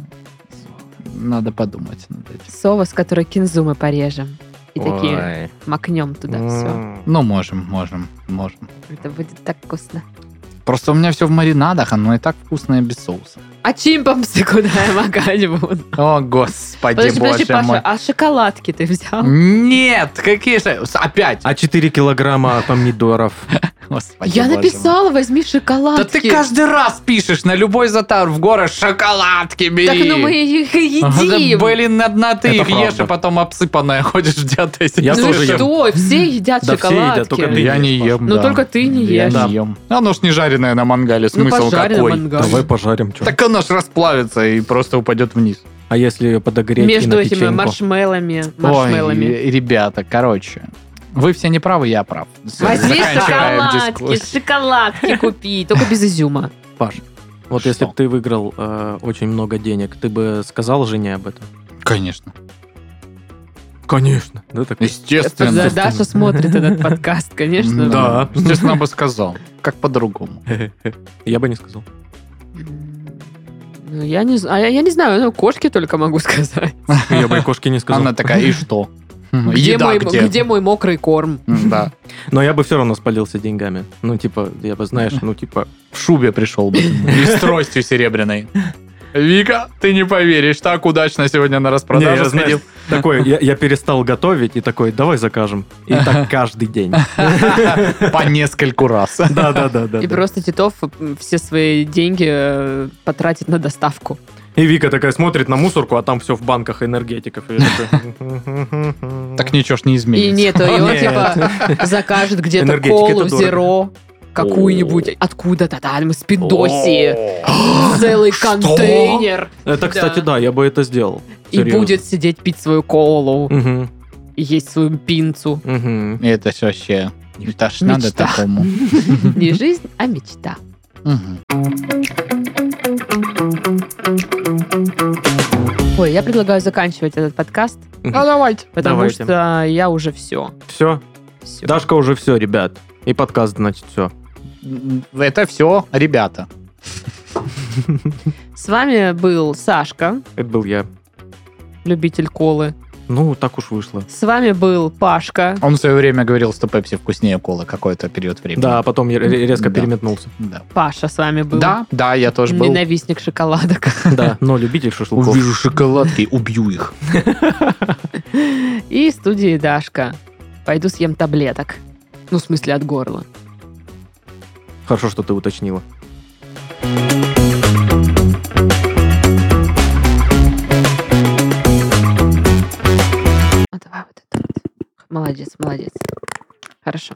Надо подумать над этим. Совос, который кинзумы порежем. И такие Ой. макнем туда все. М. Ну, можем, можем, можем. Это будет так вкусно. Просто у меня все в маринадах, оно и так вкусное без соуса. А чимпансы куда я макать буду? О, господи, Подожди, подожди, боже мой. Паша, а шоколадки ты взял? Нет, какие же... Опять! А 4 килограмма помидоров. Господи, Я боже мой. написала, возьми Да шоколадки. ты каждый раз пишешь на любой затар в горы шоколадки бери. Так, ну мы их и Да, едим. Блин, одна ты Это их ешь, правда. а потом обсыпанная ходишь в диатезии. Я ну тоже ем. что, все едят Да все едят, шоколадки. только ты Я не ем, Ну, да. только ты не Я ешь. не ем. А Оно ж не жареное на мангале, Ну, смысл пожарь на какой? мангале. Давай пожарим. чё. Так оно ж расплавится и просто упадет вниз. А если её подогреть и Между на этими печеньку? маршмеллами. маршмеллами. Ой, ребята, короче, вы все не правы, я прав. Всё, Возьми заканчиваем шоколадки, дискуссию. шоколадки купи, только без изюма. Паш, Вот Что? если бы ты выиграл э, очень много денег, ты бы сказал жене об этом? Конечно. Конечно. Да, так. Это Естественно. да, Э, Даша смотрит этот подкаст, конечно. Да, естественно, бы сказал. Как по-другому. Я бы не сказал. Ну, я не, з- а я, я не знаю, ну, кошке только могу сказать. Я бы и кошке не сказал. Она такая, и что? Где, Ну, Еда мой, где? мой мокрый корм? М, Да. Но я бы все равно спалился деньгами. Ну, типа, я бы, знаешь, ну, типа... В шубе пришел бы. И с тростью серебряной. Вика, ты не поверишь, так удачно сегодня на Не, распродажу я, знаешь, сходил. Такой, я, я перестал готовить и такой, давай закажем. И так каждый день. По нескольку раз. Да-да-да. И просто Титов м, все свои деньги э, потратит на доставку. И Вика такая смотрит на мусорку, а там все в банках энергетиков. И я такой, Так ничего ж не изменится. И нет, и он Нет. типа закажет где-то Энергетика колу, это дорого. зеро, какую-нибудь откуда-то там из Пиндосии. Целый контейнер. Это, Э, кстати, да, я бы это сделал. И будет сидеть пить свою колу, Угу, и есть свою пинцу. угу. Это ж вообще... Это ж надо Мечта. такому. Не жизнь, а мечта. Мгм. Ой, я предлагаю заканчивать этот подкаст, Ну, давайте. потому Давайте. что я уже все. Все, Типа. Дашка уже все, ребят. И подкаст, значит, все. Это все, ребята. С вами был Сашка, Это был я. любитель колы. Ну, так уж вышло. С вами был Пашка. Он в свое время говорил, что пепси вкуснее колы какой-то период времени. Да, а потом я ре- ре- резко Да. переметнулся. Да. Паша с вами был. Да, да, я тоже был. Ненавистник шоколадок. Да, но любитель шашлыков. шоколадки, убью их. И студии Дашка. Пойду съем таблеток. Ну, в смысле, от горла. Хорошо, что ты уточнила. А давай вот это вот. Молодец, молодец. Хорошо.